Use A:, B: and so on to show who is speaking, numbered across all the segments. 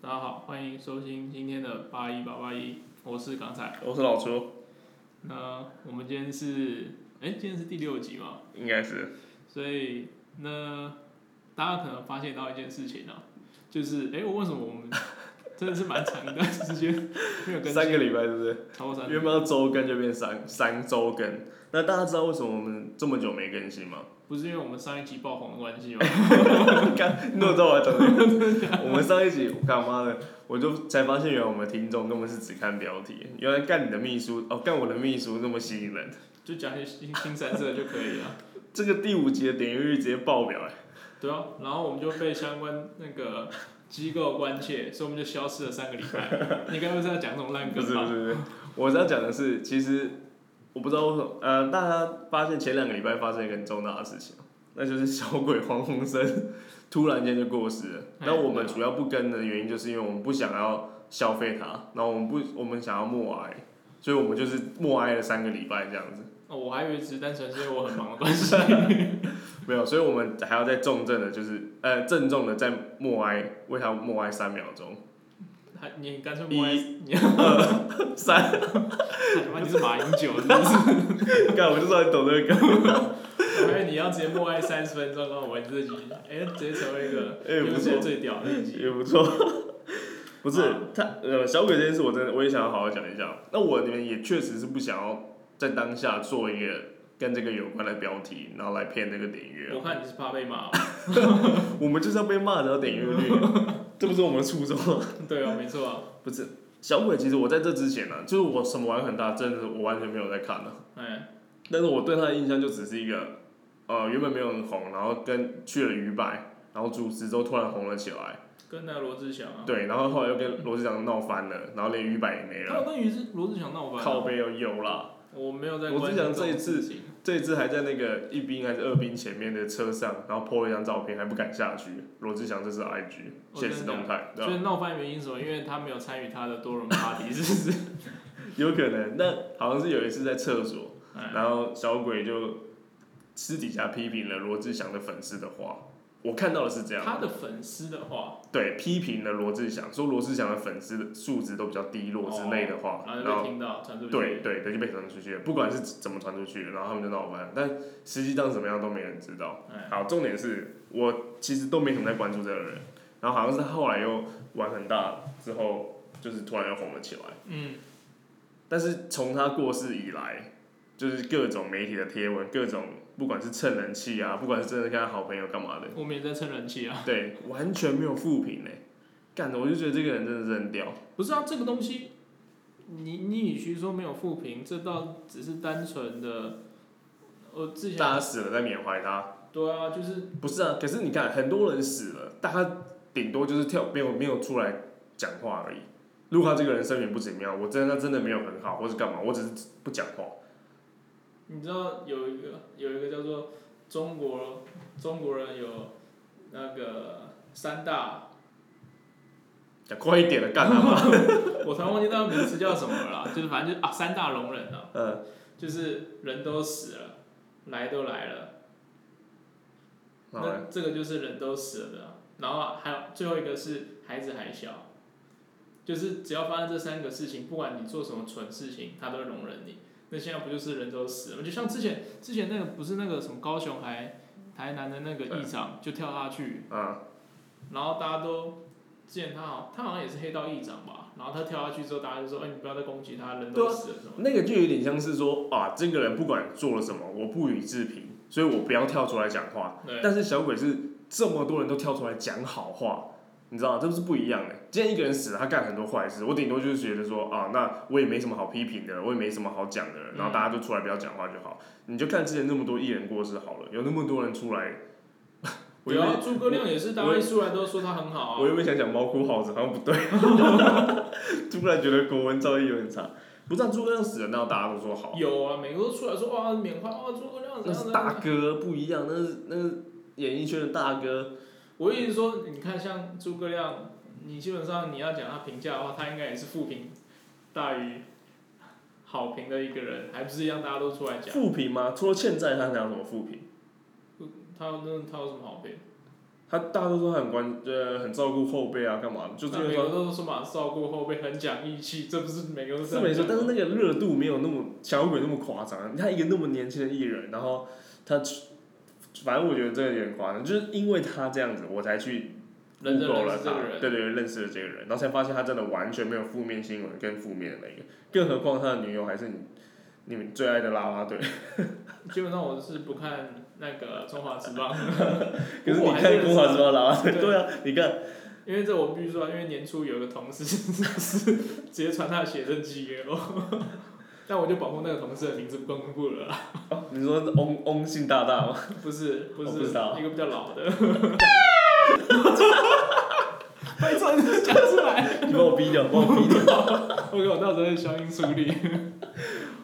A: 大家好，欢迎收听今天的八一八八一，我是港仔。
B: 哎我是老朱，
A: 那我们今天是，哎，今天是第六集嘛，
B: 应该是
A: 所以那大家可能发现到一件事情啊，就是，哎，我为什么我们真的是蛮长一段时间没有更新，
B: 三个礼拜，对不对？
A: 超过三个
B: 原
A: 礼
B: 本要周更就变三三周更。那大家知道为什么我们这么久没更新吗？
A: 拜，不是因为我们上一集爆红的关系吗？
B: 看，你怎么知道我要讲 这个？我们上一集，我干妈的，我就才发现，原来我们听众根本是只看标题，原来干你的秘书哦，干我的秘书那么吸引人。
A: 就讲一些新新三色就可以了。
B: 这个第五集的点阅率直接爆表哎、
A: 对啊，然后我们就被相关那个机构关切，所以我们就消失了三个礼拜。你刚刚是在讲这种烂
B: 不
A: 梗
B: 是不
A: 吧？
B: 是不是，我是要讲的是，其实我不知道为什么，呃，大家发现前两个礼拜发生一个很重大的事情，那就是小鬼黄鸿升突然间就过世了。
A: 哎
B: 那我们主要不跟的原因，就是因为我们不想要消费他，然后我们不，我们想要默哀，所以我们就是默哀了三个礼拜这样子。
A: 哦，我还以为只是单纯是因为我很忙的关系。
B: 没有，所以我们还要再重症的，就是呃郑重的再默哀，为他默哀三秒钟，
A: 还你干脆摸来，
B: 一
A: 你 要
B: 三，
A: 妈你是马英九是不是？
B: 干我就知道你懂这个。
A: 我以为你要直接默哀三十分钟，然后我自己哎直接成为一个
B: 哎不错
A: 又是最屌的一集。
B: 也不错。 不是
A: 啊
B: 他呃，小鬼这件事，我真的我也想要好好讲一下。那我你们也确实是不想要在当下做一个跟这个有关的标题，然后来骗这个点阅
A: 我
B: 啊。
A: 看你是怕被骂吧，哦
B: 我们就是要被骂，然啊后点阅率，这不是我们的初衷啊。
A: 对啊，没错啊，
B: 不是小鬼，其实我在这之前呢、啊，就是我什么玩很大，真的是我完全没有在看的、
A: 哎，
B: 但是我对他的印象就只是一个，呃，原本没有很红，然后跟去了鱼摆，然后主持之后突然红了起来，
A: 跟那个罗志祥啊，
B: 对，然后后来又跟罗志祥闹翻了，然后连鱼摆也没了
A: 他。有跟于是罗志祥闹翻啊，
B: 靠背又有啦，
A: 我没有在
B: 罗
A: 关
B: 志
A: 心
B: 祥这一
A: 种事
B: 次
A: 情
B: 这一次还在那个一兵还是二兵前面的车上，然后 po 了一张照片，还不敢下去。罗志祥这是 IG
A: 哦
B: 现实动态，对
A: 所
B: 吧？
A: 以闹翻原因是什么？因为他没有参与他的多人 party，是不 是？
B: 有可能，那好像是有一次在厕所，
A: 哎
B: 然后小鬼就私底下批评了罗志祥的粉丝的话，我看到的是这
A: 他
B: 样，
A: 的粉丝的话，
B: 对，批评了罗志祥，说罗志祥的粉丝的素质都比较低落之类的话，
A: 然
B: 然
A: 后哦
B: 后
A: 就被听到传出去。
B: 对，对对，就被传出去了，不管是怎么传出去，然后他们就闹翻了，但实际上怎么样都没人知道。
A: 哎，
B: 好，重点是我其实都没什么在关注这个人，然后好像是他后来又玩很大之后，就是突然又红了起来。
A: 嗯，
B: 但是从他过世以来，就是各种媒体的贴文，各种不管是蹭人气啊，不管是真的跟他好朋友干嘛的，
A: 我们也在蹭人气啊。
B: 对，完全没有负评呢。干的，我就觉得这个人真的是很屌。
A: 不是啊，这个东西，你你与其说没有负评，这倒只是单纯的，呃我之
B: 大
A: 前
B: 家死了再缅怀他，
A: 对啊，就是
B: 不是啊？可是你看，很多人死了，大家顶多就是跳，没有没有出来讲话而已。如果他这个人生平不怎么样，我真的他真的没有很好，或是干嘛，我只是不讲话。
A: 你知道有一个有一个叫做中国中国人有那个三大
B: 讲快一点了，干他妈！
A: 我突然忘记那个名词叫什么了啦，就是反正就是啊三大容忍啊，
B: 嗯，
A: 就是人都死了，来都来了，
B: 好啊嘞
A: 那这个就是人都死了的啊、然后啊还有最后一个是孩子还小，就是只要发生这三个事情，不管你做什么蠢事情，他都会容忍你。那现在不就是人都死了吗？就像之前之前那个不是那个什么高雄还台南的那个议长就跳下去，
B: 啊，
A: 然后大家都之前他好他好像也是黑道议长吧，然后他跳下去之后，大家就说：“哎、你不要再攻击他，人
B: 对
A: 都
B: 啊
A: 死了什么的。
B: 那个就有点像是说啊，这个人不管做了什么，我不予置评，所以我不要跳出来讲话。
A: 对，啊
B: 但是小鬼是这么多人都跳出来讲好话，你知道吗？这不是不一样的。今天一个人死了，他干很多坏事，我顶多就是觉得说啊，那我也没什么好批评的了，我也没什么好讲的了，
A: 嗯
B: 然后大家就出来不要讲话就好。你就看之前那么多艺人过世好了，有那么多人出来， 我
A: 对
B: 原
A: 啊，
B: 本
A: 诸葛亮也是大家一出来都说他很好
B: 我
A: 啊。
B: 原本想讲猫哭耗子，好 像不对，突然觉得国文造诣有点差。不是、啊，诸葛亮死了，那大家都说好，
A: 有啊，每个都出来说哇缅怀哇诸葛亮怎
B: 那
A: 样
B: 是
A: 怎
B: 大
A: 样。
B: 哥不一样，那是那是演艺圈的大哥。
A: 我意思说，你看像诸葛亮，你基本上你要讲他评价的话，他应该也是负评大于好评的一个人，还不是一样大家都出来讲
B: 负评吗？除了欠债，他还有什么负评？
A: 他那他有什么好评？
B: 他大家都说他很关呃很照顾后辈啊，干嘛的？就是
A: 那
B: 因
A: 美
B: 为他
A: 国都说嘛，照顾后辈很讲义气，这不是每个都
B: 是没错，但是
A: 那
B: 那个热度没有那么小鬼那么夸张。他一个那么年轻的艺人，然后他去，反正我觉得这个有点夸张，就是因为他这样子，我才去
A: 认真
B: Google
A: 认
B: 了
A: 识这
B: 他
A: 个，人，
B: 对对对，认识了这个人，然后才发现他真的完全没有负面新闻跟负面的那个，更何况他的女友还是你你们最爱的啦啦队。，
A: 基本上我是不看那个《中华时报》
B: 可是
A: 我
B: 你
A: 还
B: 看《中华
A: 认
B: 时
A: 识
B: 报》啦啦队，
A: 对
B: 对啊，你看
A: 因为这我必须说，因为年初有一个同事是直接传他的写真集给我， 但我就保护那个同事的名字不公布了啦，
B: 哦，你说是翁翁姓大大吗？
A: 不是不
B: 我
A: 是
B: 不知道
A: 一个比较老 的，快点讲出来，
B: 你把我 逼掉，把我逼掉。
A: 我给我到时候会消音处理。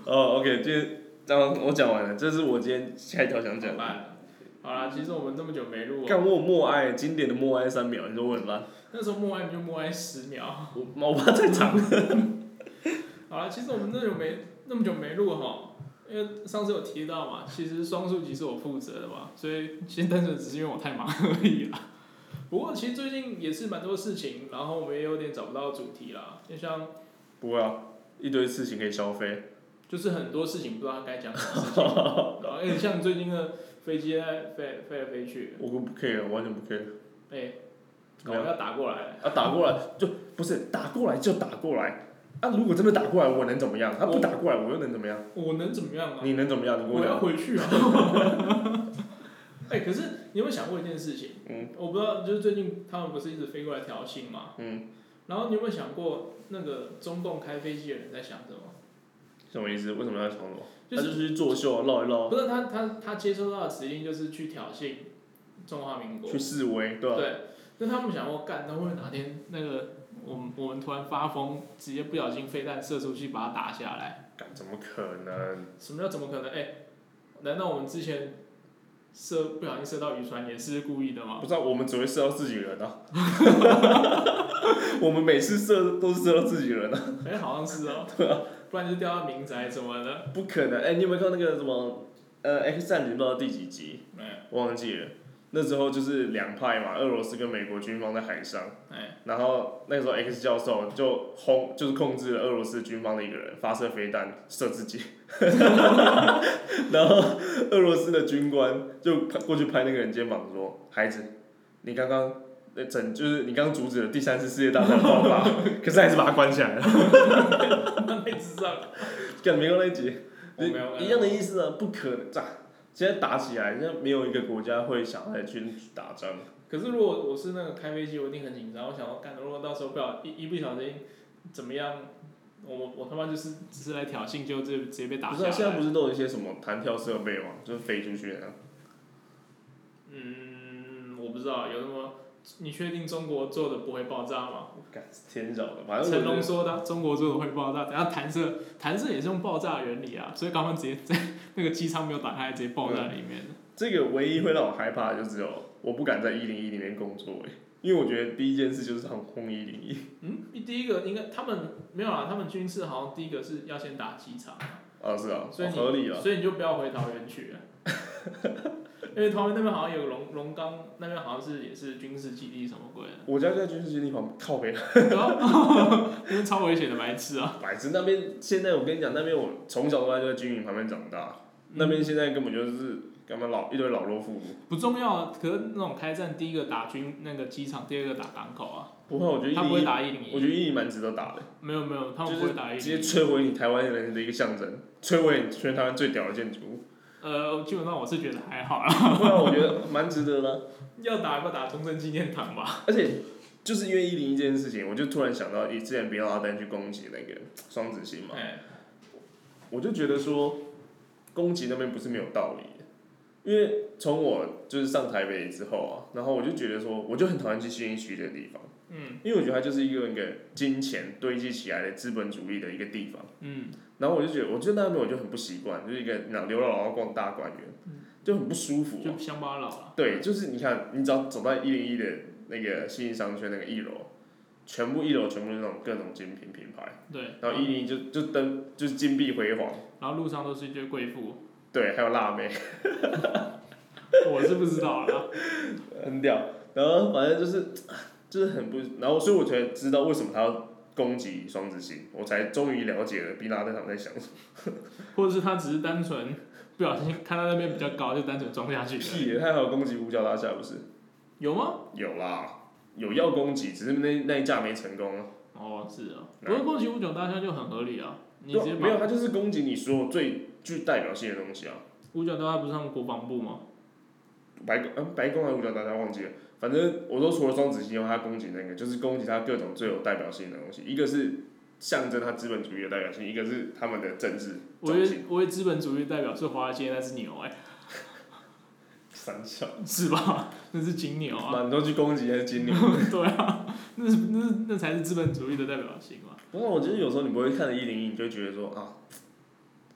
B: 哦，OK，今天这样我讲完了，这是我今天下一条想讲
A: 好
B: 的。
A: 啦，好啦，其实我们这么久没录、
B: 干
A: 哦，
B: 我有默哀，经典的默哀三秒，你说我很烂，
A: 那时候默哀你就默哀十秒。
B: 我妈我怕太长了。
A: 好啦，其实我们那么久没那么久没录哈，因为上次有提到嘛，其实双数集是我负责的嘛，所以其实单纯只是因为我太忙而已啦。不过其实最近也是蛮多事情，然后我们也有点找不到主题啦，就像
B: 不会啊，一堆事情可以消费。
A: 就是很多事情不知道该讲什么事情， 然后因为像最近的飞机在飞飞来飞去，
B: 我不 care，我完全不 care。
A: 哎、
B: 怎
A: 搞
B: 么样
A: 要打过来了。
B: 啊，打过来就不是打过来就打过来。啊，如果真的打过来，我能怎么样？他、啊不打过来，我又能怎么样？
A: 我能怎么样啊？
B: 你能怎么样？你跟
A: 我要
B: 讲。
A: 回去啊！ 哎、可是你有没有想过一件事情？
B: 嗯，
A: 我不知道，就是最近他们不是一直飞过来挑衅嘛？
B: 嗯，
A: 然后你有没有想过，那个中共开飞机的人在想什么？
B: 什么意思？为什么要想我？
A: 就是
B: 他就是去作秀、啊，绕一绕，
A: 不是他他他接收到的指令就是去挑衅中华民国
B: 去，示威，对吧、啊
A: 对。啊那他们想过，干，他会不会哪天那个我们我们突然发疯，直接不小心飞弹射出去把它打下来？
B: 干怎么可能？
A: 什么叫怎么可能？哎、难道我们之前射不小心射到渔船也是故意的吗
B: 不？知道，我们只会射到自己人啊。 我们每次射都是射到自己人啊，
A: 哎、好像是 哦、不然就掉到民宅什么的。
B: 不可能。哎、你有没有看到那个什么？呃，《X 战警》不知道第几集，
A: 没有，
B: 忘记了。那时候就是两派嘛，俄罗斯跟美国军方在海上，
A: 哎、
B: 然后那个时候 X 教授就轰，就是控制了俄罗斯军方的一个人发射飞弹射自己， 然后俄罗斯的军官就拍过去拍那个人肩膀说：“孩子，你刚刚呃整就是你刚刚阻止了第三次世界大战的爆 发，可是还是把它关起来了。
A: 那被智 障。”
B: 干没有那一集，
A: 我没有
B: 一样的意思啊，不可能。啊现在打起来，现在没有一个国家会想再去打仗。
A: 可是如果我是那个开飞机，我一定很紧张。我想要干，如果到时候不小一一不小心怎么样，我我他妈就是只是来挑衅，就直接直接被打
B: 不
A: 下
B: 是、啊，
A: 来。
B: 现在不是都有一些什么弹跳设备吗？就是飞出去的、啊。
A: 嗯，我不知道有那么。你确定中国做的不会爆炸吗？
B: 干天晓得，反正
A: 成
B: 我
A: 龙
B: 觉
A: 说的啊，中国做的会爆炸。等下弹射，弹射也是用爆炸原理啊，所以刚刚直接在那个机舱没有打开，直接爆在里面。
B: 得这个唯一会让我害怕的就只有我不敢在一零一里面工作、欸、因为我觉得第一件事就是航空一零一。
A: 嗯，第一个应该他们没有啦，他们军事好像第一个是要先打机场，
B: 啊，是啊，
A: 所以
B: 哦
A: 你、
B: 合理啊。
A: 所以你就不要回桃园去了，啊 因为桃园那边好像有个龙龙岗，那边好像是也是军事基地什么鬼的，
B: 我家就在军事基地旁靠北，
A: 然后哦那边超危险的白痴啊，
B: 白痴那边现在我跟你讲，那边我从小到大就在军营旁边长大，
A: 嗯
B: 那边现在根本就是干嘛老一堆老弱妇孺。
A: 不重要啊，可是那种开战第一个打军那个机场，第二个打港口啊，
B: 不会，我觉得一
A: 他不会
B: 零一，
A: 打一啊零
B: 我
A: 一，
B: 觉得一零蛮值得打的，
A: 没有没有，他们不
B: 就
A: 会
B: 是
A: 打一
B: 直接
A: 零一。
B: 摧毁你台湾人的一个象征，摧毁你全台湾最屌的建筑物。
A: 呃，基本上我是觉得还好啦，
B: 不然我觉得蛮值得的啊、
A: 要打就打中正纪念堂吧。
B: 而且就是因为一零一这件事情，我就突然想到以之前比拉登去攻击那个双子星嘛，
A: 哎，
B: 我就觉得说攻击那边不是没有道理的，因为从我就是上台北之后啊，然后我就觉得说，我就很讨厌去新一区这个地方，
A: 嗯
B: 因为我觉得它就是一个那个金钱堆积起来的资本主义的一个地方。
A: 嗯，
B: 然后我就觉得，我就那边我就很不习惯，就是一个老刘姥姥逛大观园
A: 嗯，
B: 就很不舒服、啊。
A: 就乡巴佬了。
B: 对，就是你看，你只要走到一零一的那个信义商圈那个一楼，全部一楼全部是那种各种精品品牌，
A: 对，
B: 然后一零一就就灯就是金碧辉煌，
A: 然后路上都是一堆贵妇，
B: 对，还有辣妹，
A: 我是不知道啦。
B: 很屌。然后反正就是唉就是很不，然后所以我才知道为什么他要攻击双子星，我才终于了解了毕拉登他们在想什么。
A: 或者是他只是单纯不小心看到那边比较高，就单纯撞下去了。
B: 屁耶，他还有攻击五角大厦不是？
A: 有吗？
B: 有啦，有要攻击，只是那那一架没成功啊。
A: 哦，是啊，
B: 来
A: 不是攻击五角大厦就很合理啊。你直
B: 对
A: 接
B: 啊没有，
A: 把
B: 他就是攻击你所有最具代表性的东西啊。
A: 五角大厦不是他们国防部吗？
B: 白宫，嗯，白宫还是五角大家忘记了。反正我都除了双子星以外，他攻击那个就是攻击他各种最有代表性的东西，一个是象征他资本主义的代表性，一个是他们的政治
A: 我以
B: 中
A: 为
B: 心。
A: 我以为资本主义代表是华尔街那只牛哎、
B: 三小，
A: 是吧？ 那是金牛啊，
B: 满都去攻击那些精灵。
A: 对啊，那是那是那才是资本主义的代表性嘛。
B: 不过我觉得有时候你不会看着一零一，你就会觉得说啊，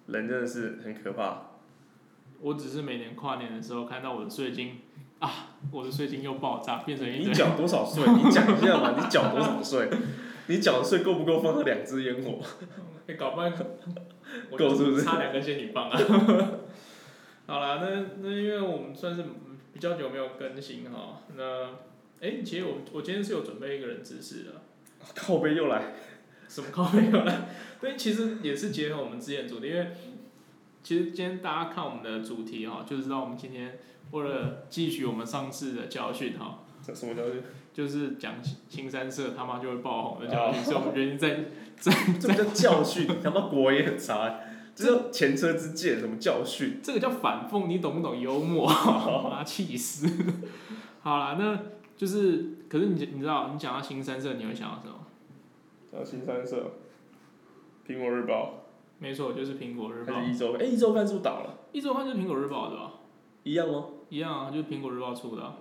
B: 人真的是很可怕。
A: 我只是每年跨年的时候看到我的税金啊，我的税金又爆炸，变成一
B: 你
A: 堆。
B: 缴多少税？你讲一下嘛，你缴多少税？ 你缴的税够不够放那两支烟火？
A: 哎、搞 半
B: 我就是
A: 差两根仙女棒啊！ 好啦，那那因为我们算是比较久没有更新哈，那哎、其实我我今天是有准备一个人知识的，
B: 靠背又来，
A: 什么靠没有啦， 对，其实也是结合我们之前的主题，因为其实今天大家看我们的主题哈，就知道我们今天为了汲取我们上次的教训哈，
B: 这什么叫做？
A: 就是讲青山社他妈就会爆红的教训，所以我们决定在
B: 这不叫教训， 他妈国也很差，这叫前车之鉴，什么教训？
A: 这个叫反讽，你懂不懂幽 默？妈气死！好啦，那就是，可是你你知道，你讲到新三社，你会想到什么？
B: 然后啊新三社、苹果日报，
A: 没错，就是苹果日报
B: 还。是一周？哎、一周半是不是倒了？
A: 一周刊就是苹果日报的吧？
B: 一样吗？
A: 一样啊，就是苹果日报出的啊、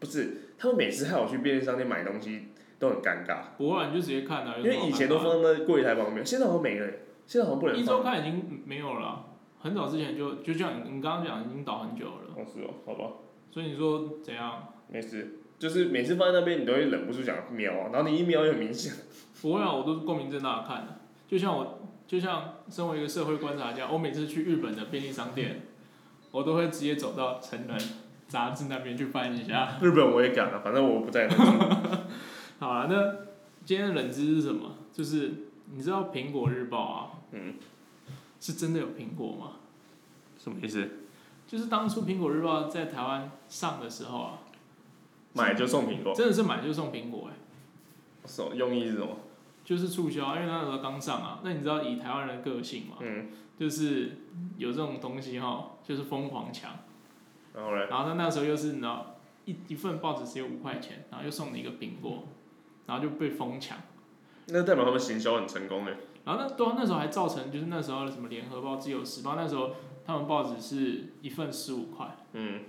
B: 不是，他们每次害我去便利商店买东西都很尴尬，
A: 不会啊，你就直接看啊。有
B: 因
A: 什么
B: 为
A: 好
B: 以前
A: 看
B: 都
A: 的啊
B: 放在柜台旁边，现在好像没了，现在好像不能
A: 一
B: 放。
A: 周
B: 哦，
A: 刊已经没有了啊，很早之前就就像你你刚刚讲，已经倒很久了。
B: 是哦，好吧，
A: 所以你说怎样？
B: 没事。就是每次放在那边，你都会忍不住想瞄啊，然后你一瞄又很明显。
A: 不会啊，我都是光明正大的看的、就像我，就像身为一个社会观察家，我每次去日本的便利商店，我都会直接走到成人杂志那边去翻一下。
B: 日本我也敢啊，反正我不在那。
A: 好了，那今天的冷知识是什么？就是你知道《苹果日报》啊，
B: 嗯，
A: 是真的有苹果吗？
B: 什么意思？
A: 就是当初《苹果日报》在台湾上的时候啊，
B: 买就送苹果，
A: 真的是买就送苹果哎、
B: 什么用意是什么？
A: 就是促销啊，因为那时候刚上啊。那你知道以台湾人的个性嘛，
B: 嗯，
A: 就是有这种东西哈，就是疯狂抢。
B: 然后嘞，
A: 然后他那时候又是你知道一一份报纸只有五块钱，然后又送你一个苹果，然后就被疯抢。
B: 那代表他们行销很成功欸嘞。
A: 然后那对啊，那时候还造成就是那时候的什么联合报、自由时报，那时候他们报纸是一份十五块，
B: 嗯，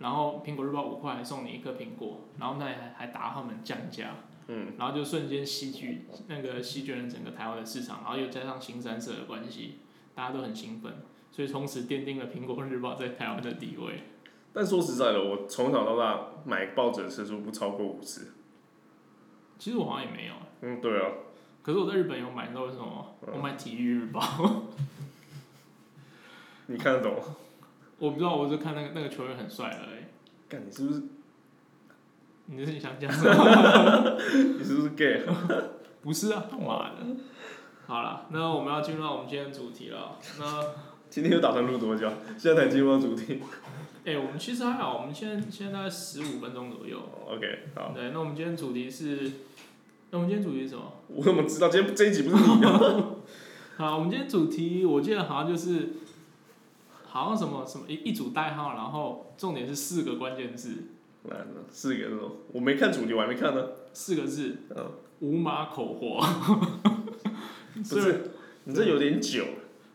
A: 然后苹果日报五块还送你一颗苹果，然后那还还打他们降价，
B: 嗯，
A: 然后就瞬间席卷那个席卷了整个台湾的市场，然后又加上新三社的关系，大家都很兴奋，所以从此奠定了苹果日报在台湾的地位。
B: 但说实在的，我从小到大买报纸的次数不超过五次。
A: 其实我好像也没有、
B: 嗯，对啊，
A: 可是我在日本有买，你知道为什么吗？
B: 嗯
A: 我买《体育日报》，
B: 你看得懂吗？
A: 我不知道，我就看那个那个球员很帅而已。
B: 干，你是不是
A: 你是想讲什 么？
B: 你是不是 gay？
A: 不是啊，妈的！好了，那我们要进入到我们今天的主题了。那
B: 今天又打算录多久？现在才进入到主题。
A: 哎、我们其实还好，我们现在现在大概十五分钟左右。
B: 哦 OK，好。
A: 对，那我们今天主题是，那我们今天主题是什么？
B: 我怎么知道今天这一集不是你 的？
A: 好，我们今天主题我记得好像就是，好像什么什么一一组代号，然后重点是四个关键字，
B: 来，四个是吗？我没看主题，我还没看呢。
A: 四个字，
B: 嗯，
A: 五马口 活。
B: 不
A: 虽然
B: 是，你这有点久。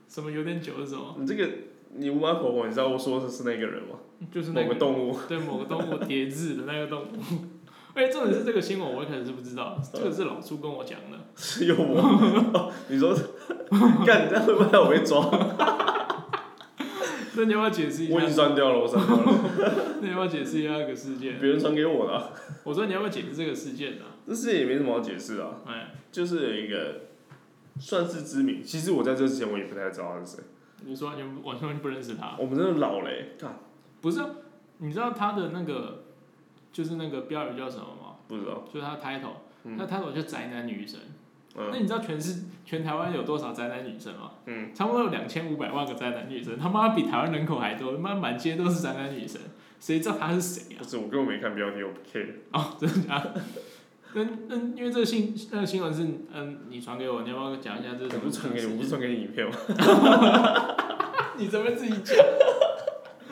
A: 什么有点久是什么？
B: 你这个，你五马口红，你知道我说的是那个人吗？
A: 就是那
B: 某个
A: 个
B: 动物。
A: 对某个动物叠字的那个动物。 哎、重点是这个新闻我一开始是不知道，这个是老朱跟我讲的。
B: 是有我。哦你说， 干，你这样会不会害我 被抓？
A: 那你要不要解释一下
B: 我已？经删掉了，我删掉了，
A: 那你要不要解释一下那个事件？
B: 别人传给我的啊。
A: 我说你要不要解释这个事件呢、
B: 这事情也没什么好解释啊。
A: 哎，
B: 就是有一个算是知名，其实我在这之前我也不太知道他是谁。
A: 你说完全不完全不认识他，啊
B: 我们真的老嘞、欸，看
A: 不是啊、你知道他的那个就是那个标语叫什么吗？
B: 不知道，
A: 就是他的 title，
B: 嗯
A: 他 title 就宅男女神。那
B: 嗯
A: 你知道全是全台湾有多少宅男女神吗？
B: 嗯，
A: 差不多有两千五百万个宅男女神，他妈比台湾人口还多，他妈满街都是宅男女神，谁知道她是谁啊
B: 不？是我根本没看标题，我不 care。
A: 哦，真的假的？那那因为这个新那个新闻是嗯，你传给我，你要不要讲一下这是
B: 我
A: 什
B: 不
A: 么？啊
B: 是传给你，我不是传给你影片吗？
A: 你这边自己讲。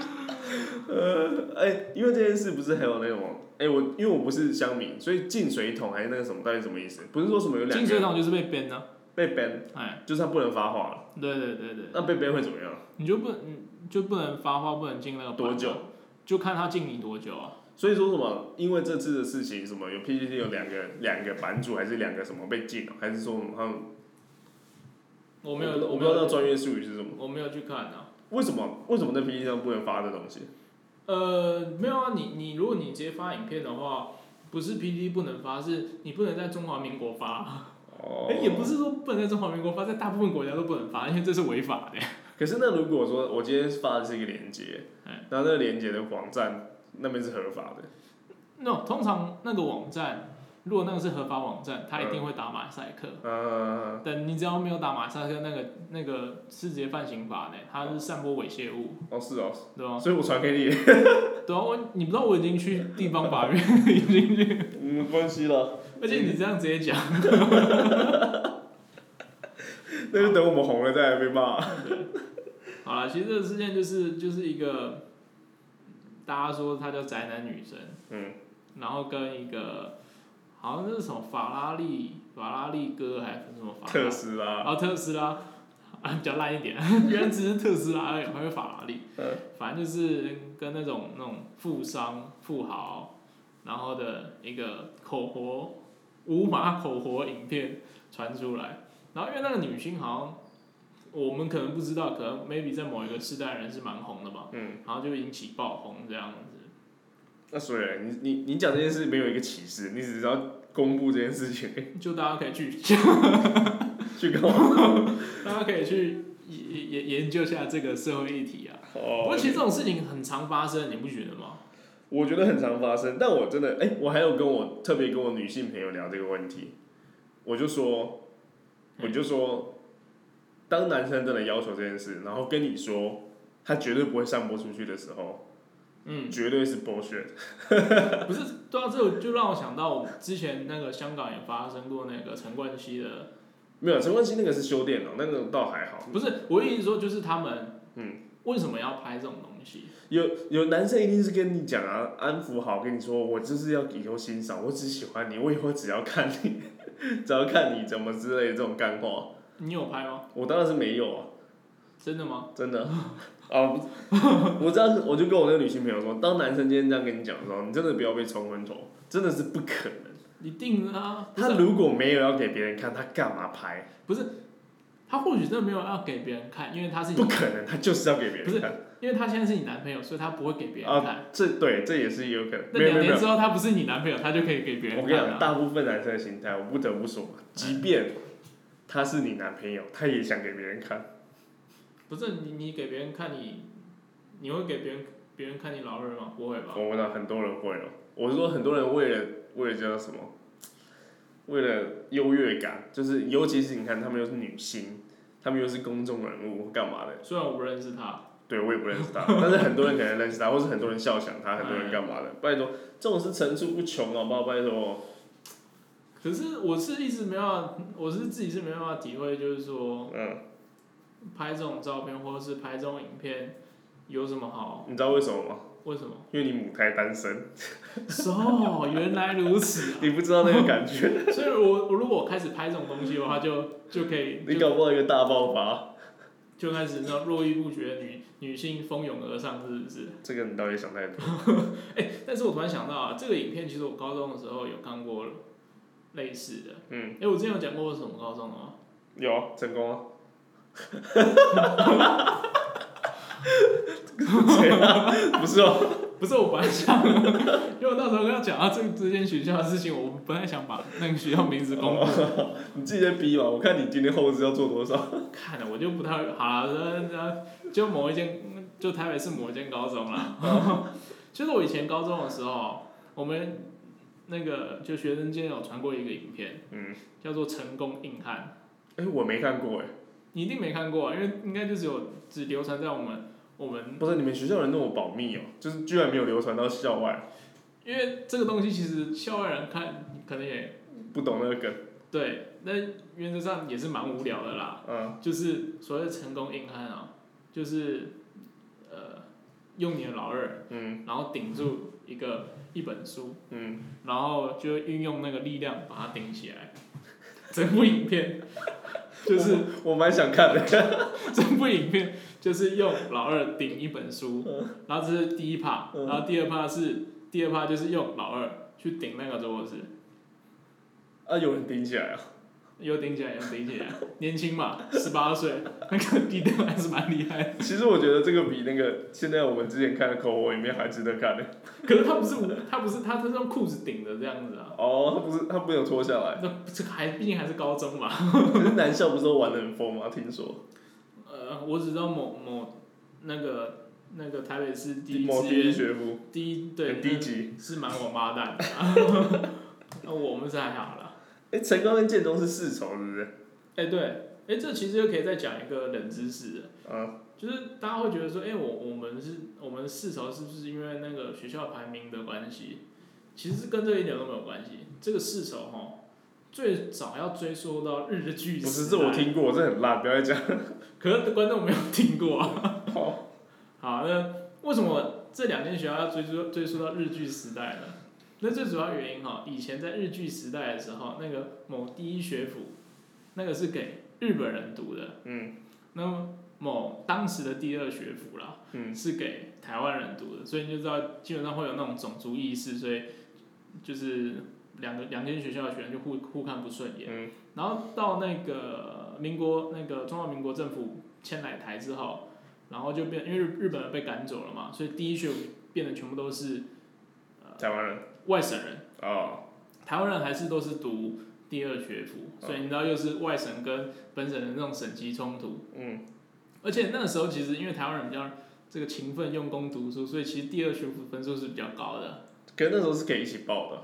B: 呃，哎、因为这件事不是还有那种，哎、我因为我不是乡民，所以进水桶还是那个什么，到底什么意思？不是说什么有两
A: 金水
B: 个
A: 桶就是被编的，
B: 被 ban，
A: 哎，
B: 就是他不能发话了，
A: 对对对对，
B: 那被 ban 会怎么样？
A: 你就不能你就不能发话，不能进那个
B: 多
A: 版
B: 久
A: 啊？就看他禁你多久啊？
B: 所以说什么？因为这次的事情，什么有 PPT 有两个两个版主，还是两个什么被禁了，还是说他们
A: 我没有，
B: 我
A: 我
B: 不
A: 没
B: 知道那
A: 有，
B: 专业术语是什么？
A: 我没有去看啊。
B: 为什么为什么在 PPT 上不能发这东西？
A: 呃，没有啊，你你如果你直接发影片的话，不是 P D 不能发，是你不能在中华民国发。
B: 哦
A: 哎也不是说不能在中华民国发，在大部分国家都不能发，因为这是违法的。
B: 可是那如果说我今天发的是一个链接
A: 哎，
B: 然后那个链接的网站那边是合法的，
A: no，通常那个网站，如果那个是合法网站，它一定会打马赛克。
B: 呃，
A: 但你只要没有打马赛克，那个那个是直接犯刑法的，它是散播猥亵物，
B: 哦是哦，
A: 对吧？
B: 所以我传给你，
A: 对啊，我你不知道我已经去地方法院已经去，
B: 嗯没关系了，
A: 而且你这样直接讲，
B: 那就等我们红了再来被骂。
A: 好了，其实这个事件就是就是一个，大家说她叫宅男女神，
B: 嗯，
A: 然后跟一个好像是什么法拉利法拉利哥还是什么法拉
B: 特斯拉，
A: 哦特斯拉啊比较烂一点， 原来只是特斯拉而已，还有法拉利，
B: 嗯
A: 反正就是跟那种那种富商富豪，然后的一个口活无码口活影片传出来，然后因为那个女星好像。我们可能不知道，可能 maybe 在某一个世代人是蛮红的嘛，
B: 嗯，
A: 然后就引起爆红这样子。
B: 那所以你你你讲这件事没有一个启示，你只知道公布这件事情
A: 就大家可以去
B: 去搞。
A: 大家可以去研研研究一下这个社会议题啊。不过
B: 哦
A: 其实这种事情很常发生，你不觉得吗？
B: 我觉得很常发生，但我真的哎、我还有跟我特别跟我女性朋友聊这个问题，我就说，我就说，当男生真的要求这件事，然后跟你说他绝对不会散播出去的时候，
A: 嗯，
B: 绝对是 bullshit。
A: 不是，对啊，这就让我想到我之前那个香港也发生过那个陈冠希的，
B: 没有陈冠希那个是修电脑，那个倒还好。
A: 不是，我意思说就是他们，
B: 嗯，
A: 为什么要拍这种东西？
B: 有有男生一定是跟你讲啊，安抚好，跟你说我就是要以后欣赏，我只喜欢你，我以后只要看你， 只要看你怎么之类的这种干话，
A: 你有拍吗？
B: 我当然是没有啊。
A: 真的吗？
B: 真的。 啊， 我这样我就跟我那个女性朋友说，当男生今天这样跟你讲的时候，你真的不要被冲昏头，真的是不可能。
A: 一定啊，不
B: 他
A: 是
B: 如果没有要给别人看，他干嘛拍？
A: 他或许真的没有要给别人看，因为他是
B: 不
A: 你，
B: 可能，他就是要给别
A: 不是
B: 人看。
A: 因为他现在是你男朋友，所以他不会给别人
B: 啊
A: 看。
B: 这对，这也是有可能。
A: 那
B: 没有
A: 两
B: 没有
A: 年
B: 没
A: 之后他不是你男朋友，他就可以给别
B: 有，
A: 人
B: 我跟你
A: 看啊了。
B: 讲，大部分男生的心态，我不得不说，即便他是你男朋友，他也想给别人看。
A: 不是你，你给别人看你，你会给别人别人看你老二吗？不会吧？
B: 我问到很多人会哦，我是说很多人为了为了叫什么，为了优越感，就是尤其是你看他们又是女星，他们又是公众人物，干嘛的？
A: 虽然我不认识他，
B: 对我也不认识他，但是很多人可能认识他，或是很多人笑想他，很多人干嘛的？拜托，这种是层出不穷好不好？拜托，
A: 可是我是一直没办法，我是自己是没办法体会，就是说
B: 嗯，
A: 拍这种照片或者是拍这种影片有什么好？
B: 你知道为什么吗？
A: 为什么
B: 因为你母胎单身，
A: ？So 原来如此、啊。
B: 你不知道那个感觉，
A: 所以我我如果开始拍这种东西的话，就 就可以
B: 你
A: 就
B: 搞不好一个大爆发。
A: 就开始那种络绎不绝的女女性蜂拥而上，是不是？
B: 这个你到底想太多？
A: 哎、但是我突然想到啊，这个影片其实我高中的时候有看过类似的。
B: 嗯，
A: 哎、我之前有讲过我什么高中的吗？
B: 有啊成功 啊！谁啊？不是哦，
A: 不是我本来想，因为我到时候要讲到啊这这间学校的事情，我不太想把那个学校名字公布。
B: 你自己在逼嘛？我看你今天后置要做多少？
A: 看了我就不太好了，那那就某一间，就台北市某一间高中啦。就是我以前高中的时候，我们那个就学生间有传过一个影片，
B: 嗯，
A: 叫做《成功硬汉》。
B: 哎、我没看过哎、
A: 你一定没看过啊，因为应该就只有只流传在我们我们，
B: 不是你们学校人那么保密哦、就是居然没有流传到校外，
A: 因为这个东西其实校外人看可能也
B: 不懂那个梗，
A: 对，那原则上也是蛮无聊的啦。
B: 嗯，
A: 就是所谓的成功硬汉啊，就是呃用你的老二，
B: 嗯
A: 然后顶住一个一本书，
B: 嗯，
A: 然后就运用那个力量把它顶起来。 整部影片 就是
B: 我蛮想看的，
A: 这部影片就是用老二顶一本书，然后这是第一趴，
B: 嗯
A: 然后第二趴是第二趴就是用老二去顶那个桌子，
B: 啊，有人顶起来啊，
A: 又顶起来又顶起来，年轻嘛，十八岁，那个低调还是蛮厉害的。
B: 其实我觉得这个比那个现在我们之前看的口红里面还值得看的，
A: 可是他不是无，他不是他他是用裤子顶的这样子啊，
B: 哦，他不是他没有脱下来，
A: 那这个还毕竟还是高中嘛。
B: 可是男校不是都玩的很疯吗？听说
A: 呃，我只知道某某那个那个台北市第一
B: 某
A: 志
B: 第一
A: 愿
B: 学府
A: 哎第一对
B: 很低级，
A: 那是蛮王八蛋的、 那我们是还好啦。
B: 哎、陈刚跟建中是世仇是不是？
A: 哎、对，哎、这其实又可以再讲一个冷知识了，
B: 嗯
A: 就是大家会觉得说，哎、我我们是我们世仇是不是因为那个学校排名的关系？其实是跟这一点都没有关系。这个世仇哈，最早要追溯到日剧时
B: 不
A: 代。
B: 是，这我。听过，这很烂，不要再讲。
A: 可是观众没有听过啊。
B: 好，
A: 好，那为什么这两间学校要追溯追溯到日剧时代呢？那最主要原因哈，以前在日剧时代的时候，那个某第一学府，那个是给日本人读的。
B: 嗯
A: 那么某当时的第二学府啦，
B: 嗯，
A: 是给台湾人读的，所以你就知道基本上会有那种种族意识，所以就是两个两间学校的学生就互互看不顺眼。
B: 嗯
A: 然后到那个民国那个中华民国政府迁来台之后，然后就变因为日日本人被赶走了嘛，所以第一学府变得全部都是
B: 台湾人
A: 外省人，
B: 哦，
A: 台湾人还是都是读第二学府，所以你知道又是外省跟本省的那种省级冲突。
B: 嗯，
A: 而且那个时候其实因为台湾人比较这个勤奋用功读书，所以其实第二学府分数是比较高的。
B: 可是那时候是可以一起报的，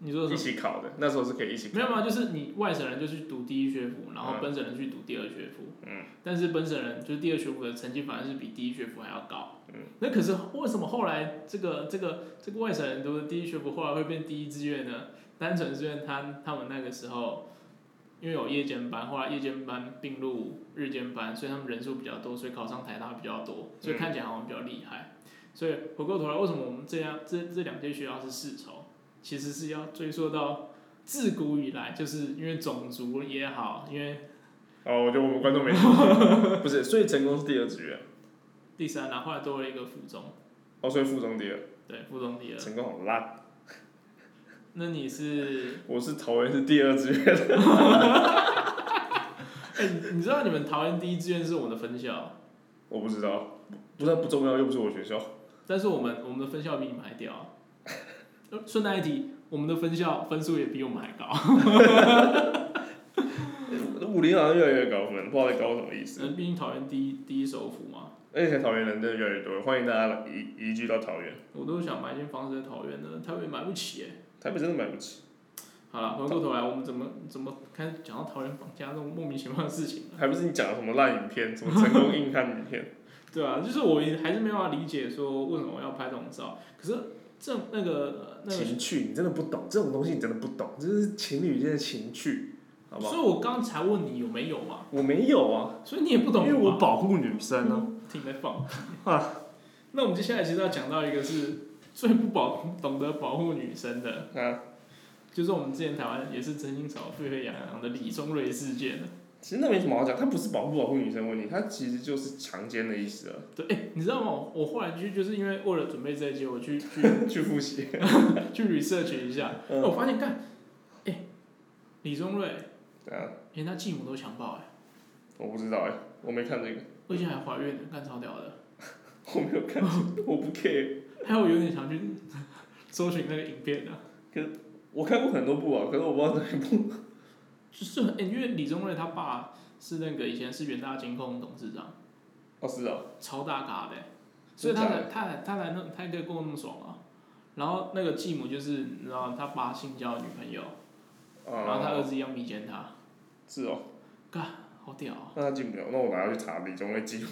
A: 你说什
B: 一
A: 么？
B: 起考的，那时候是可以一起考。
A: 没有嘛，就是你外省人就去读第一学府，然后
B: 嗯
A: 本省人去读第二学府。
B: 嗯。
A: 但是本省人就是第二学府的成绩反而是比第一学府还要高。
B: 嗯。
A: 那可是为什么后来这个这个这个外省人读的第一学府后来会变第一志愿呢？单纯是因为他他们那个时候因为有夜间班，后来夜间班并入日间班，所以他们人数比较多，所以考上台大比较多，所以
B: 嗯
A: 看起来好像比较厉害。所以回过头来，为什么我们这样这这两间学校是世仇？其实是要追溯到自古以来，就是因为种族也好，因为
B: 哦，我觉得我们观众没 听不是，所以成功是第二志愿，
A: 第三啦，后来多了一个附中，
B: 哦，所以附中第二，
A: 对，附中第二。
B: 成功好烂。
A: 那你是，
B: 我是桃园是第二志愿，
A: 哎、你知道你们桃园第一志愿是我们的分校，
B: 我不知道，不但不重要，又不是我学校。
A: 但是我们我们的分校比你们还屌啊。呃顺带一提，我们的分校分数也比我们还高。
B: 武林好像越来越高分，不知道在高什么意思。
A: 嗯，毕竟桃园第一第一首府嘛，
B: 而且桃园人真的越来越多，欢迎大家移移居到桃园。
A: 我都想买一间房子在桃园呢，台北买不起哎、
B: 台北真的买不起，
A: 好了，回过头来，我们怎么怎么开始讲到桃园房价这种莫名其妙的事情了？
B: 还不是你讲的什么烂影片，什么成功硬汉影片。
A: 对啊，就是我也还是没有办法理解说为什么要拍这种照，可是这那个呃那个，
B: 情趣，你真的不懂这种东西，你真的不懂，这是情侣间的情趣，好不
A: 所
B: 好？
A: 以我刚才问你有没有嘛，
B: 我没有啊，
A: 所以你也不懂嗯
B: 因为我啊
A: 保
B: 保护女生啊。
A: 听在放 屁。那我们接下来其实要讲到一个是最不保懂得保护女生的，
B: 啊，
A: 就是我们之前台湾也是曾经吵得沸沸扬扬的李宗瑞事件。
B: 嗯其实那没什么好讲，他不是保护保护女生的问题，他其实就是强奸的意思啊。
A: 对，哎、你知道吗？我后来就就是因为为了准备这一集，我 去去
B: 去复习，
A: 去 research 一下，
B: 嗯
A: 我发现干，哎、李宗瑞
B: 对啊，
A: 连他继母都强暴哎、
B: 我不知道哎、我没看这个，
A: 而且还怀孕了，干超屌的。
B: 我没有看，我 不 care。
A: 还有有点想去 搜寻那个影片啊的、
B: 我看过很多部啊，可是我不知道哪一部。
A: 就是很、哎因为李宗瑞他爸是那个以前是远大金控董事长，
B: 哦，是啊，
A: 超大咖的欸、所以
B: 真
A: 他才
B: 假的
A: 他才他才那他才可以过那么爽啊。然后那个继母就是，你知道他爸新交的女朋友，然啊后他儿
B: 哦
A: 子一样迷奸他，
B: 是哦，
A: 干，好屌、哦！
B: 那他进不了，那我拿去查李宗瑞进。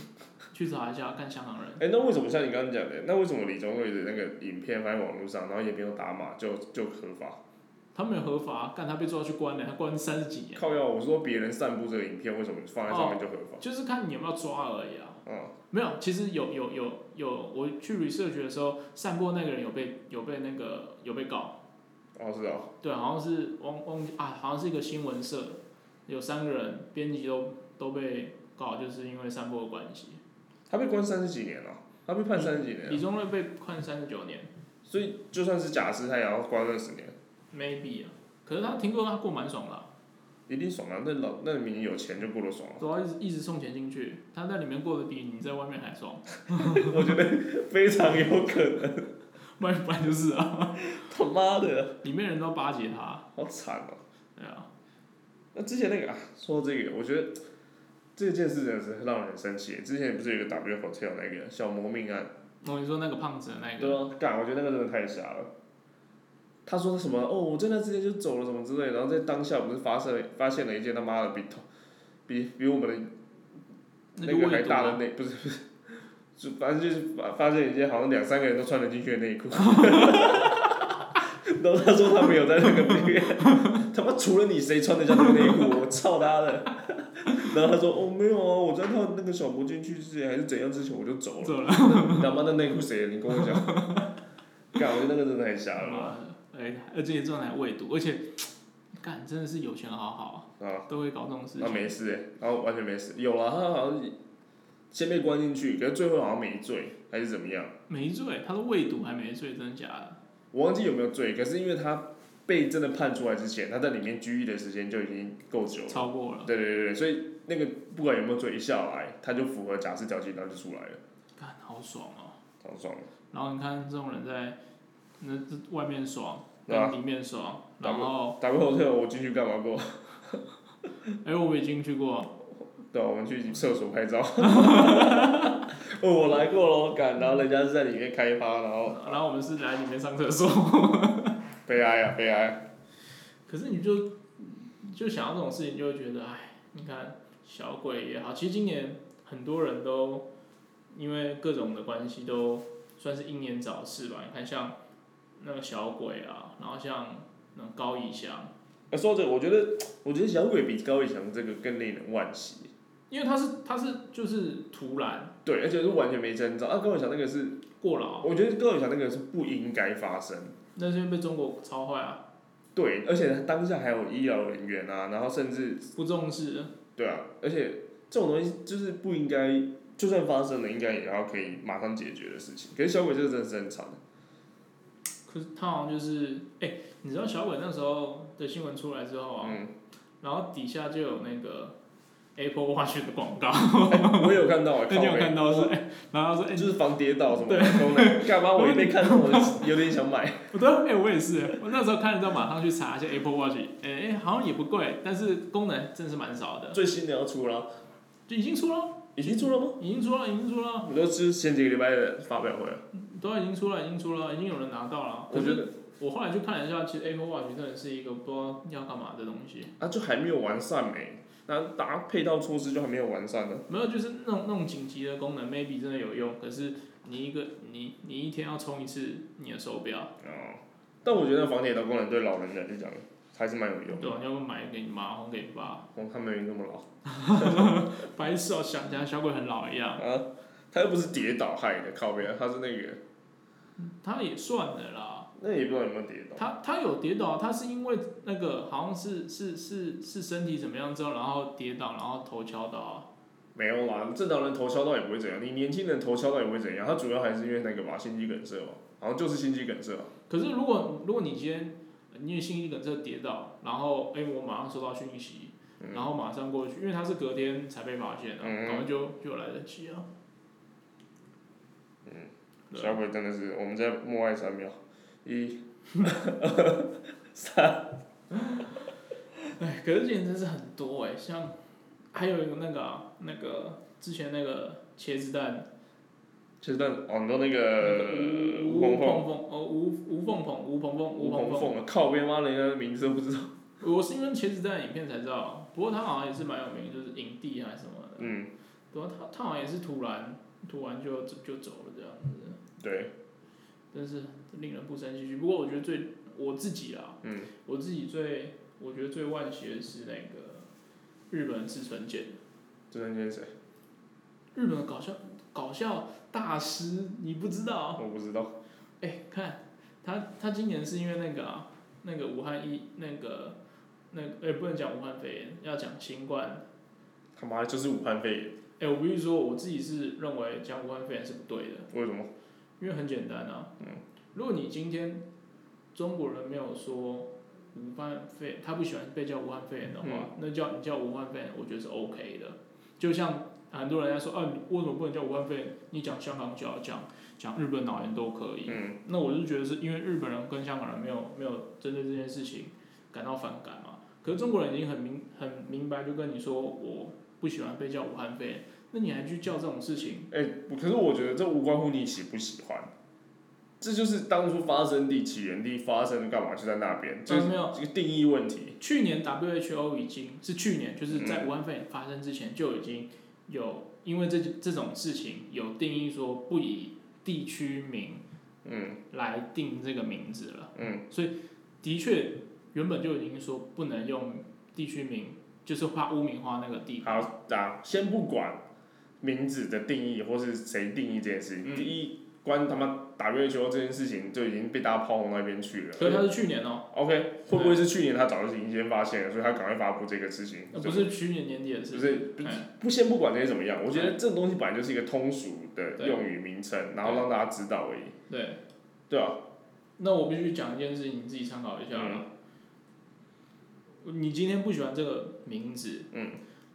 A: 去查一下，看香港人。
B: 哎、那为什么像你刚刚讲的，那为什么李宗瑞的那个影片放在网络上，然后也没有打码就就合法？
A: 他没有合法，啊干他被抓去关了，他关三十几年，
B: 靠药，我说别人散布这个影片，为什么放在上面就合法？
A: 就是看你有没有抓而已啊。
B: 嗯，
A: 没有，其实有有有有，我去 research 的时候，散播那个人有被有被那个有被告，
B: 哦是哦，
A: 对，好像是忘忘记啊，好像是一个新闻社，有三个人编辑都都被告，就是因为散播的关系。
B: 他被关三十几年了、他被判三十几年
A: 李
B: 啊、
A: 宗瑞被判三十九年
B: 所以就算是假释，他也要关二十年，
A: ，maybe 啊，可是他听说他过蛮爽的啊、
B: 一定爽啊！那老那明明有钱就过得爽啊，
A: 主要一直一直送钱进去，他在里面过得比你在外面还爽，
B: 我觉得非常有可能。
A: 不然不然就是啊，
B: 他妈的，
A: 里面人都巴结他，
B: 好惨哦、
A: 对啊。
B: 那之前那个啊，说到这个，我觉得这件事真的是让人很生气。之前不是有一个 W Hotel 那个小魔命啊案？
A: 哦，你说那个胖子的那个，
B: 对啊，干，我觉得那个真的太瞎了。他说什么哦，我在那之间就走了什么之类的，然后在当下不是发生了发现了一件他妈的比同比比我们的
A: 那
B: 那个还
A: 未读
B: 大的
A: 啊，
B: 内不是不是，就反正就是发发现一件好像两三个人都穿得进去的内裤。 然后他说他没有在那个那个， 他妈除了你谁穿得下那个内裤？我操他的！ 然后他说哦没有啊，我在他那个小魔进去之前还是怎样之前我就走了。
A: 走了，
B: 你 他妈的内裤谁？你跟我讲。 干，我觉得那个真的太瞎了吧。
A: 妈的哎，而且这种还未读，而且，干真的是有钱好好
B: 啊，
A: 啊，都会搞这种事
B: 那
A: 情。
B: 没事、欸，然后完全没事。有了，他好像先被关进去，可是最后好像没醉，还是怎么样？
A: 没醉，他都未读还没醉，真的假的？
B: 我忘记有没有醉，可是因为他被真的判出来之前，他在里面拘役的时间就已经够久了。
A: 超过了，
B: 对对对对，所以那个不管有没有醉，一下来他就符合假释条件，然后就出来了，
A: 干好爽哦。
B: 超爽的。
A: 然后你看这种人在那这外面爽，
B: 对啊
A: 跟里面爽，
B: 打
A: 然
B: 不
A: 后
B: 打过后退，我进去干嘛过？
A: 哎，我已经去过，
B: 对啊，我们去厕所拍照。 哦，我来过喽，敢，然后人家是在里面开趴，然后
A: 然后我们是来里面上厕所，
B: 悲哀啊悲哀，
A: 可是你就就想到这种事情，就会觉得，哎，你看小鬼也好，其实今年很多人都因为各种的关系都算是英年早逝吧。你看像那个小鬼啊，然后像那种高以翔，
B: 啊说到这个，我觉得，我觉得小鬼比高以翔这个更令人惋惜。
A: 因为他是他是就是突然
B: 对，而且是完全没征兆。啊，高以翔那个是，
A: 过劳，
B: 我觉得高以翔那个是不应该发生。
A: 那是因为被中国超坏啊，
B: 对，而且当下还有医疗人员啊，然后甚至
A: 不重视，
B: 对啊，而且这种东西就是不应该，就算发生了，应该也要可以马上解决的事情。可是小鬼这个真的是很惨，
A: 可是他好像就是，哎、你知道小鬼那时候的新闻出来之后啊，
B: 嗯，
A: 然后底下就有那个 Apple Watch 的广告。
B: 哎我有看到、啊，
A: 那你有
B: 靠
A: 看
B: 背
A: 到是， 哎，然后他说，哎、
B: 就是防跌倒什么
A: 对
B: 的功能，干嘛我一被看到，我有点想买。
A: 我对，哎、我也是，我那时候看了之后马上去查一下 Apple Watch，哎、哎好像也不贵，但是功能真是蛮少的，
B: 最新的要出了，
A: 就已经出了，哦
B: 已经出了吗？
A: 已经出了，已经出了，哦
B: 我都是前几个礼拜的发表会了，
A: 都已经出了，已经出了，已经有人拿到了。哦
B: 啊我觉得
A: 我后来去看了一下，其实 Apple Watch 真的是一个不知道要干嘛的东西，
B: 啊，就还没有完善没、那搭配套措施就还没有完善呢。
A: 没有就是那种那种紧急的功能，maybe 真的有用，可是你一个你你一天要充一次你的手表，
B: 哦，但我觉得防跌倒功能对老人来讲还是蛮有用的。
A: 对吧、你要不买给你妈或给你爸，
B: 哦，他没有那么老
A: 白痴哦，想起来小鬼很老一样。
B: 啊，他又不是跌倒害的，靠啊边，他是那个，
A: 他也算了啦，
B: 那也不知道有没有跌倒。
A: 他他有跌倒，啊他是因为那个好像是是是是身体怎么样之后，然后跌倒，然后头敲到啊。
B: 没有啦，正常人头敲到也不会怎样，你年轻人头敲到也不会怎样，他主要还是因为那个吧，心肌梗塞嘛，好像就是心肌梗塞吧。
A: 可是如果如果你今天呃你也心肌梗塞跌倒，然后哎、我马上收到讯息，
B: 嗯
A: 然后马上过去，因为他是隔天才被发现的、
B: 嗯
A: 赶快就就来得及啊。对
B: 小
A: 啊
B: 鬼真的是，我们在默哀三秒，一，
A: 哎，可是今年真是很多哎、像还有一个那个啊、那个之前那个茄子蛋
B: 就是那哦，你说那个
A: 吴
B: 呃吴
A: 吴
B: 鹏
A: 鹏凤
B: 凤，
A: 哦，吴吴凤鹏，吴鹏凤，
B: 吴
A: 吴鹏
B: 鹏
A: 凤。
B: 凤，靠边吗？连他的名字都不知道。
A: 我是因为前几代影片才知道，不过他好像也是蛮有名，就是影帝还是什么的。
B: 嗯，
A: 对啊，他他好像也是突然突然就就就走了这样子，
B: 对，
A: 但是令人不胜唏嘘。不过我觉得最我自己啦，
B: 嗯，
A: 我自己最我觉得最惋惜的是那个日本志村健，
B: 这段间谁？
A: 日本的搞笑搞笑大师，你不知道？
B: 我不知道。
A: 哎、看他，他今年是因为那个啊，那个武汉疫，那个那个，哎、不能讲武汉肺炎，要讲新冠。
B: 他妈就是武汉肺炎，
A: 哎、我必须说，我自己是认为讲武汉肺炎是不对的，
B: 为什么？
A: 因为很简单啊。
B: 嗯。
A: 如果你今天中国人没有说武汉肺，他不喜欢被叫武汉肺炎的话，
B: 嗯
A: 那叫你叫武汉肺炎，我觉得是 OK 的。就像很多人在说，啊，你为什么不能叫武汉肺炎？你讲香港脚，讲讲日本脑炎都可以。
B: 嗯，
A: 那我是觉得是因为日本人跟香港人没有没有针对这件事情感到反感嘛。可是中国人已经很明很明白，就跟你说我不喜欢被叫武汉肺炎，那你还去叫这种事情？
B: 哎、可是我觉得这无关乎你喜不喜欢，这就是当初发生地、起源地、发生的干嘛就在那边，就是
A: 没有
B: 这个定义问题。
A: 去年 WHO 已经是去年，就是
B: 嗯
A: 在武汉肺炎发生之前就已经有因为这这种事情有定义说不以地区名
B: 嗯
A: 来定这个名字了。
B: 嗯，
A: 的确，原本就已经说不能用地区名，就是画污名化那个地方。
B: 好，啊，先不管名字的定义或是谁定义这件事情，
A: 嗯
B: 第一关他妈 WHO 这件事情就已经被大家抛红那边去了。
A: 可是他是去年哦、
B: OK，会不会是去年他早就已经先发现了，所以他赶快发布这个事情？
A: 那不是去年年底的事
B: 不
A: 情，哎
B: 是不是不先不管这些怎么样，我觉得这个东西本来就是一个通俗的
A: 对
B: 用语名称，然后让大家知道而已，
A: 对，
B: 对啊，
A: 那我必须讲一件事情，你自己参考一
B: 嗯
A: 下啦。你今天不喜欢这个名字，
B: 嗯，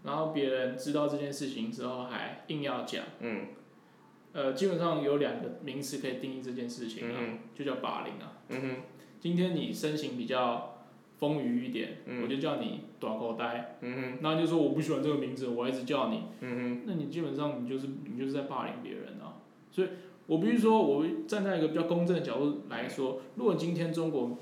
A: 然后别人知道这件事情之后还硬要讲，
B: 嗯
A: 呃，基本上有两个名词可以定义这件事情啊，
B: 嗯
A: 就叫霸凌啊。
B: 嗯哼
A: 今天你身形比较丰腴一点，
B: 嗯
A: 我就叫你短口呆，
B: 嗯哼
A: 然后你就说我不喜欢这个名字，我一直叫你，
B: 嗯
A: 那你基本上你就是你就是在霸凌别人啊。所以我必须说，我站在一个比较公正的角度来说，如果今天中国，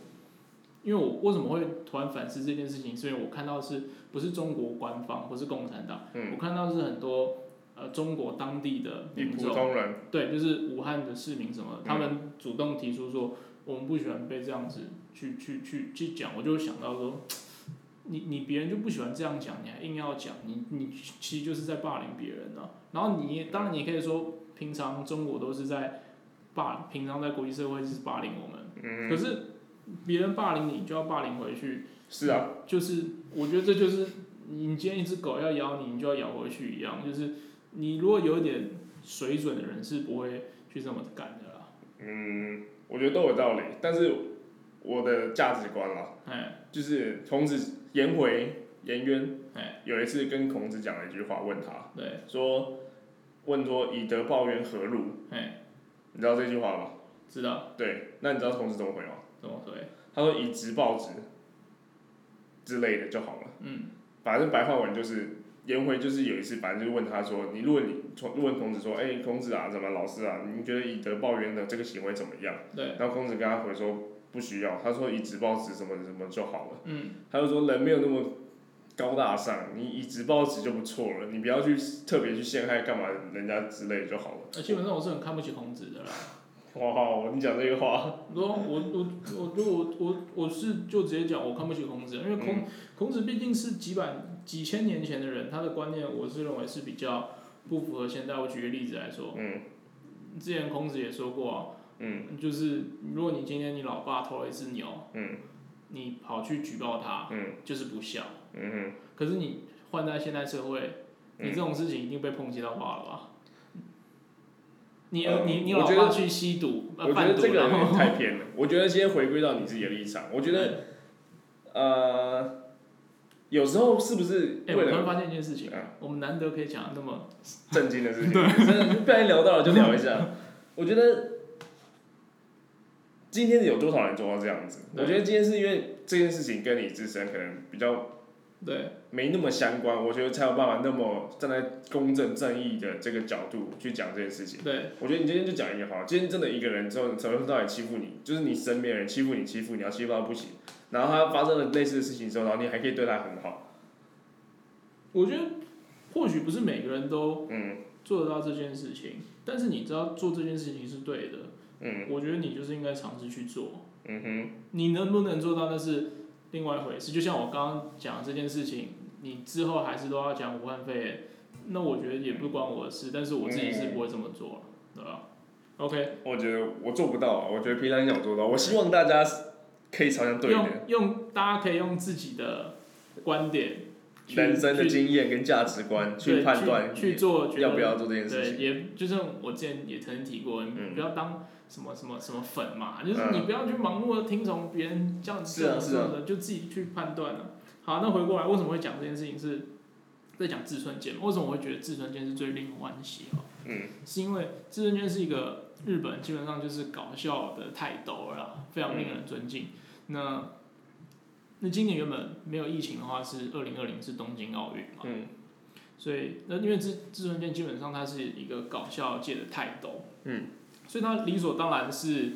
A: 因为我为什么会突然反思这件事情，是因为我看到是不是中国官方，不是共产党，
B: 嗯
A: 我看到是很多呃中国当地的
B: 哼，一
A: 民
B: 普
A: 众，
B: 通人，
A: 对，就是武汉的市民什么的，
B: 嗯
A: 他们主动提出说我们不喜欢被这样子去去去去讲，我就会想到说。你你别人就不喜欢这样讲，你还硬要讲，你你其实就是在霸凌别人啊。然后你也当然你也可以说，平常中国都是在霸，平常在国际社会是霸凌我们，
B: 嗯
A: 可
B: 哼，
A: 是别人霸凌你就要霸凌回去，
B: 是啊，
A: 就是我觉得这就是你今天一只狗要咬你，你就要咬回去一样，就是你如果有一点水准的人是不会去这么干的啦。
B: 嗯，我觉得都有道理，但是我的价值观啦，
A: 哎
B: 就是孔子颜回颜渊
A: 哎，
B: 有一次跟孔子讲了一句话，问他
A: 对，
B: 说，问说以德报怨何路？
A: 哎，
B: 你知道这句话吗？
A: 知道
B: 对，那你知道孔子怎么回吗？
A: 怎么哎回？
B: 他说以直报直之类的就好了。
A: 嗯，
B: 反正白话文就是颜回就是有一次，反正就是问他说，你如果你问孔子说，哎、孔子啊，怎么老师啊，你觉得以德报怨的这个行为怎么样？
A: 对，
B: 然后孔子跟他回说不需要，他说以直报直什么什么就好了。
A: 嗯，
B: 他就说人没有那么高大上，你以直报直就不错了，你不要去特别去陷害干嘛人家之类就好了。
A: 那呃基本上我是很看不起孔子的啦。
B: 哇，你讲这个话，
A: 然后我我我就我我我是就直接讲，我看不起孔子，因为
B: 嗯
A: 孔、孔子毕竟是几百几千年前的人，他的观念我是认为是比较不符合现代。我举个例子来说，
B: 嗯
A: 之前孔子也说过啊、
B: 嗯
A: 就是如果你今天你老爸偷了一只牛，
B: 嗯
A: 你跑去举报他，
B: 嗯
A: 就是不孝。
B: 嗯哼。
A: 可是你换在现代社会，
B: 嗯
A: 你这种事情一定被抨击到爆了吧？你、
B: 呃
A: 你你
B: 我
A: 老
B: 觉
A: 爸
B: 得
A: 去吸毒，呃
B: 我觉得
A: 贩毒，
B: 这个有
A: 然
B: 点
A: 后
B: 太偏了。我觉得先回归到你自己的立场，我觉得呃，有时候是不是
A: 嗯哎、
B: 为
A: 我突然
B: 了
A: 发现一件事情，
B: 嗯
A: 我们难得可以讲得那么，
B: 震惊的事情，真的不小心聊到了就聊一下。我觉得今天有多少人做到这样子？
A: 对
B: 我觉得今天是因为这件事情跟你自身可能比较
A: 对，
B: 没那么相关，我觉得才有办法那么站在公正正义的这个角度去讲这件事情。
A: 对，
B: 我觉得你今天就讲一个好了，今天真的一个人之后，你从头到尾欺负你，就是你身边的人欺负你，欺负你，要欺负到不行。然后他发生了类似的事情之后，然后你还可以对他很好，
A: 我觉得或许不是每个人都
B: 嗯
A: 做得到这件事情，但是你知道做这件事情是对的，
B: 嗯
A: 我觉得你就是应该尝试去做。
B: 嗯
A: 你能不能做到那是另外一回事。就像我刚刚讲的这件事情，你之后还是都要讲武汉肺炎，那我觉得也不关我的事，但是我自己是不会这么做了，对吧？OK，
B: 哼，我觉得我做不到啊，我觉得平常想做到，我希望大家可以朝向对
A: 用
B: 的
A: 用大家可以用自己的观点去
B: 人生的
A: 去
B: 经验跟价值观
A: 对
B: 去判断
A: 去做觉
B: 要
A: 得
B: 不要做这件事
A: 对，
B: 情。
A: 也就像我之前也曾经提过，你
B: 嗯
A: 不要当什么什么什么粉嘛，就是
B: 嗯
A: 你不要去盲目的听从别人这样
B: 是啊
A: 这样
B: 是
A: 这
B: 啊
A: 样的，就自己去判断了、好，那回过来为什么会讲这件事情是在讲志村健嘛？为什么我会觉得志村健是最令我惋惜哦？
B: 嗯，
A: 是因为志村健是一个日本基本上就是搞笑的泰斗了啦，非常令
B: 嗯
A: 人尊敬。那那今年原本没有疫情的话，是二零二零是东京奥运嘛？
B: 嗯
A: 所以那因为志志村健基本上他是一个搞笑界的泰斗，
B: 嗯，
A: 所以他理所当然是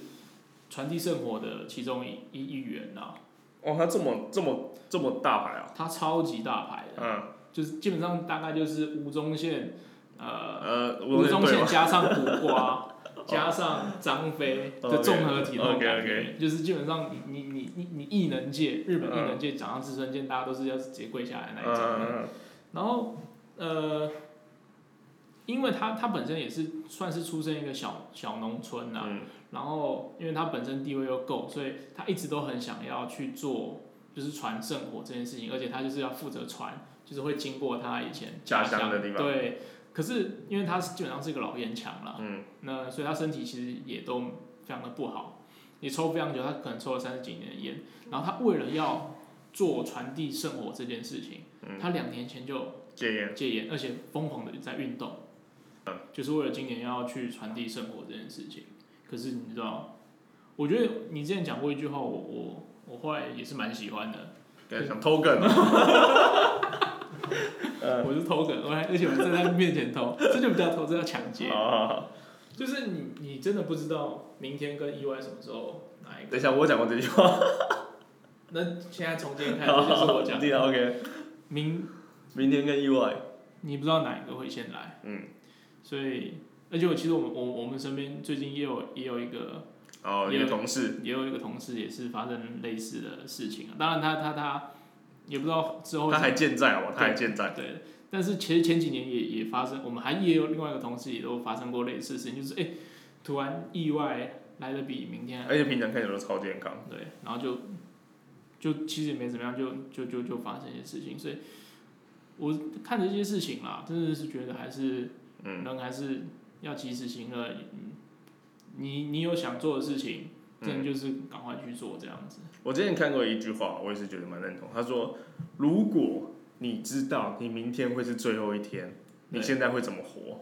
A: 传递圣火的其中一一一员啊啦、
B: 哦，他这么这么这么大牌啊，
A: 他超级大牌的，
B: 嗯
A: 就是基本上大概就是吴宗宪，呃，
B: 呃，
A: 吴宗
B: 对
A: 宪
B: 吗？
A: 加上苦瓜， 加上张飞的综合体那种感觉
B: 哦 OK，OK，OK，
A: 就是基本上你你你你你艺能界日本艺
B: 嗯
A: 能界讲到志村健，大家都是要直接跪下来那一种。
B: 嗯
A: 然后呃，因为他他本身也是算是出生一个小小农村呐、
B: 嗯
A: 然后因为他本身地位又够，所以他一直都很想要去做就是传圣火这件事情，而且他就是要负责传，就是会经过他以前
B: 家乡
A: 乡
B: 的地方
A: 对，可是因为他是基本上是一个老烟枪啦，
B: 嗯
A: 那所以他身体其实也都非常的不好，也抽非常久，他可能抽了三十几年的烟。然后他为了要做传递圣火这件事情，
B: 嗯
A: 他两年前就
B: 戒烟，
A: 戒烟，而且疯狂的在运动，就是为了今年要去传递圣火这件事情。可是你知道，我觉得你之前讲过一句话，我我我后来也是蛮喜欢的，
B: 感觉想偷梗啊。嗯
A: 我是偷梗，我还而且我在他面前偷， 这就不叫偷，这叫抢劫。
B: 好好好，
A: 就是你你真的不知道明天跟意外什么时候哪一个
B: 等一下，我讲过这句话，
A: 那现在从今天开始就是我讲，
B: 对啊，OK，
A: 明
B: 明天跟意外，
A: 你不知道哪一个会先来，
B: 嗯，
A: 所以而且我其实我们我我们身边最近也有也有一个
B: 哦，你的同事，
A: 也有一个同事也是发生类似的事情啊，当然他他他也不知道之后
B: 他还
A: 是
B: 健在好不好？他还健在，
A: 对，但是其实前几年也也发生，我们还也有另外一个同事也都发生过类似的事情，就是哎、突然意外来的比明天还
B: 而且平常看起来都超健康。
A: 对，然后就就其实也没怎么样，就就就就发生一些事情，所以我看着这些事情啦，真的是觉得还是
B: 嗯
A: 人还是要及时行乐。嗯你你有想做的事情，
B: 嗯
A: 真的就是赶快去做这样子。
B: 我之前看过一句话，我也是觉得蛮认同。他说，如果你知道你明天会是最后一天，你
A: 对
B: 现在会怎么活？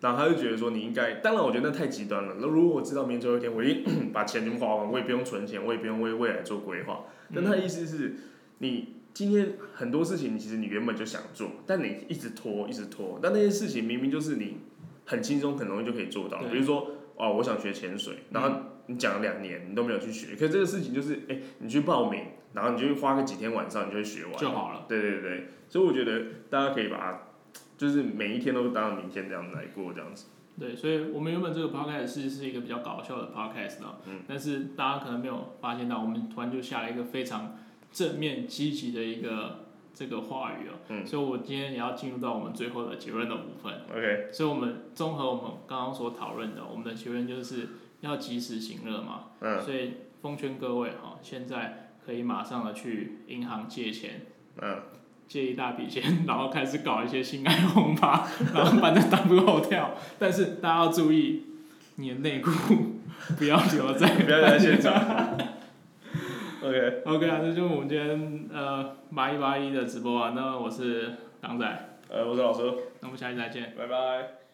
B: 然后他就觉得说，你应该，当然我觉得那太极端了。那如果我知道明天最后一天，我一定 把钱全部花完，我也不用存钱，我也不用为未来做规划。
A: 嗯
B: 但他的意思是，你今天很多事情，其实你原本就想做，但你一直拖，一直拖。但那些事情明明就是你很轻松、很容易就可以做到。
A: 对
B: 比如说，哦，我想学潜水，然后你讲了两年，你都没有去学。可是这个事情就是，哎、你去报名，然后你就花个几天晚上，你就会学完。
A: 就好了。
B: 对对对，所以我觉得大家可以把它，就是每一天都当成明天这样来过，这样子。
A: 对，所以我们原本这个 podcast 是是一个比较搞笑的 podcast 啊，
B: 嗯
A: 但是大家可能没有发现到，我们突然就下了一个非常正面积极的一个这个话语哦、
B: 嗯
A: 所以我今天也要进入到我们最后的结论的部分。
B: OK，
A: 所以我们综合我们刚刚所讨论的，我们的结论就是要及时行乐嘛，
B: 嗯
A: 所以奉劝各位哈、现在可以马上的去银行借钱。
B: 嗯，
A: 借一大笔钱，然后开始搞一些性爱轰趴， 然后反正打不够跳。但是大家要注意，你的内裤 不要留在
B: 不要留在现场。OK，
A: OK 啊，这就是我们今天呃八一八一的直播啊。那我是港仔，
B: 呃，我是老师，
A: 那我们下期再见。
B: 拜拜。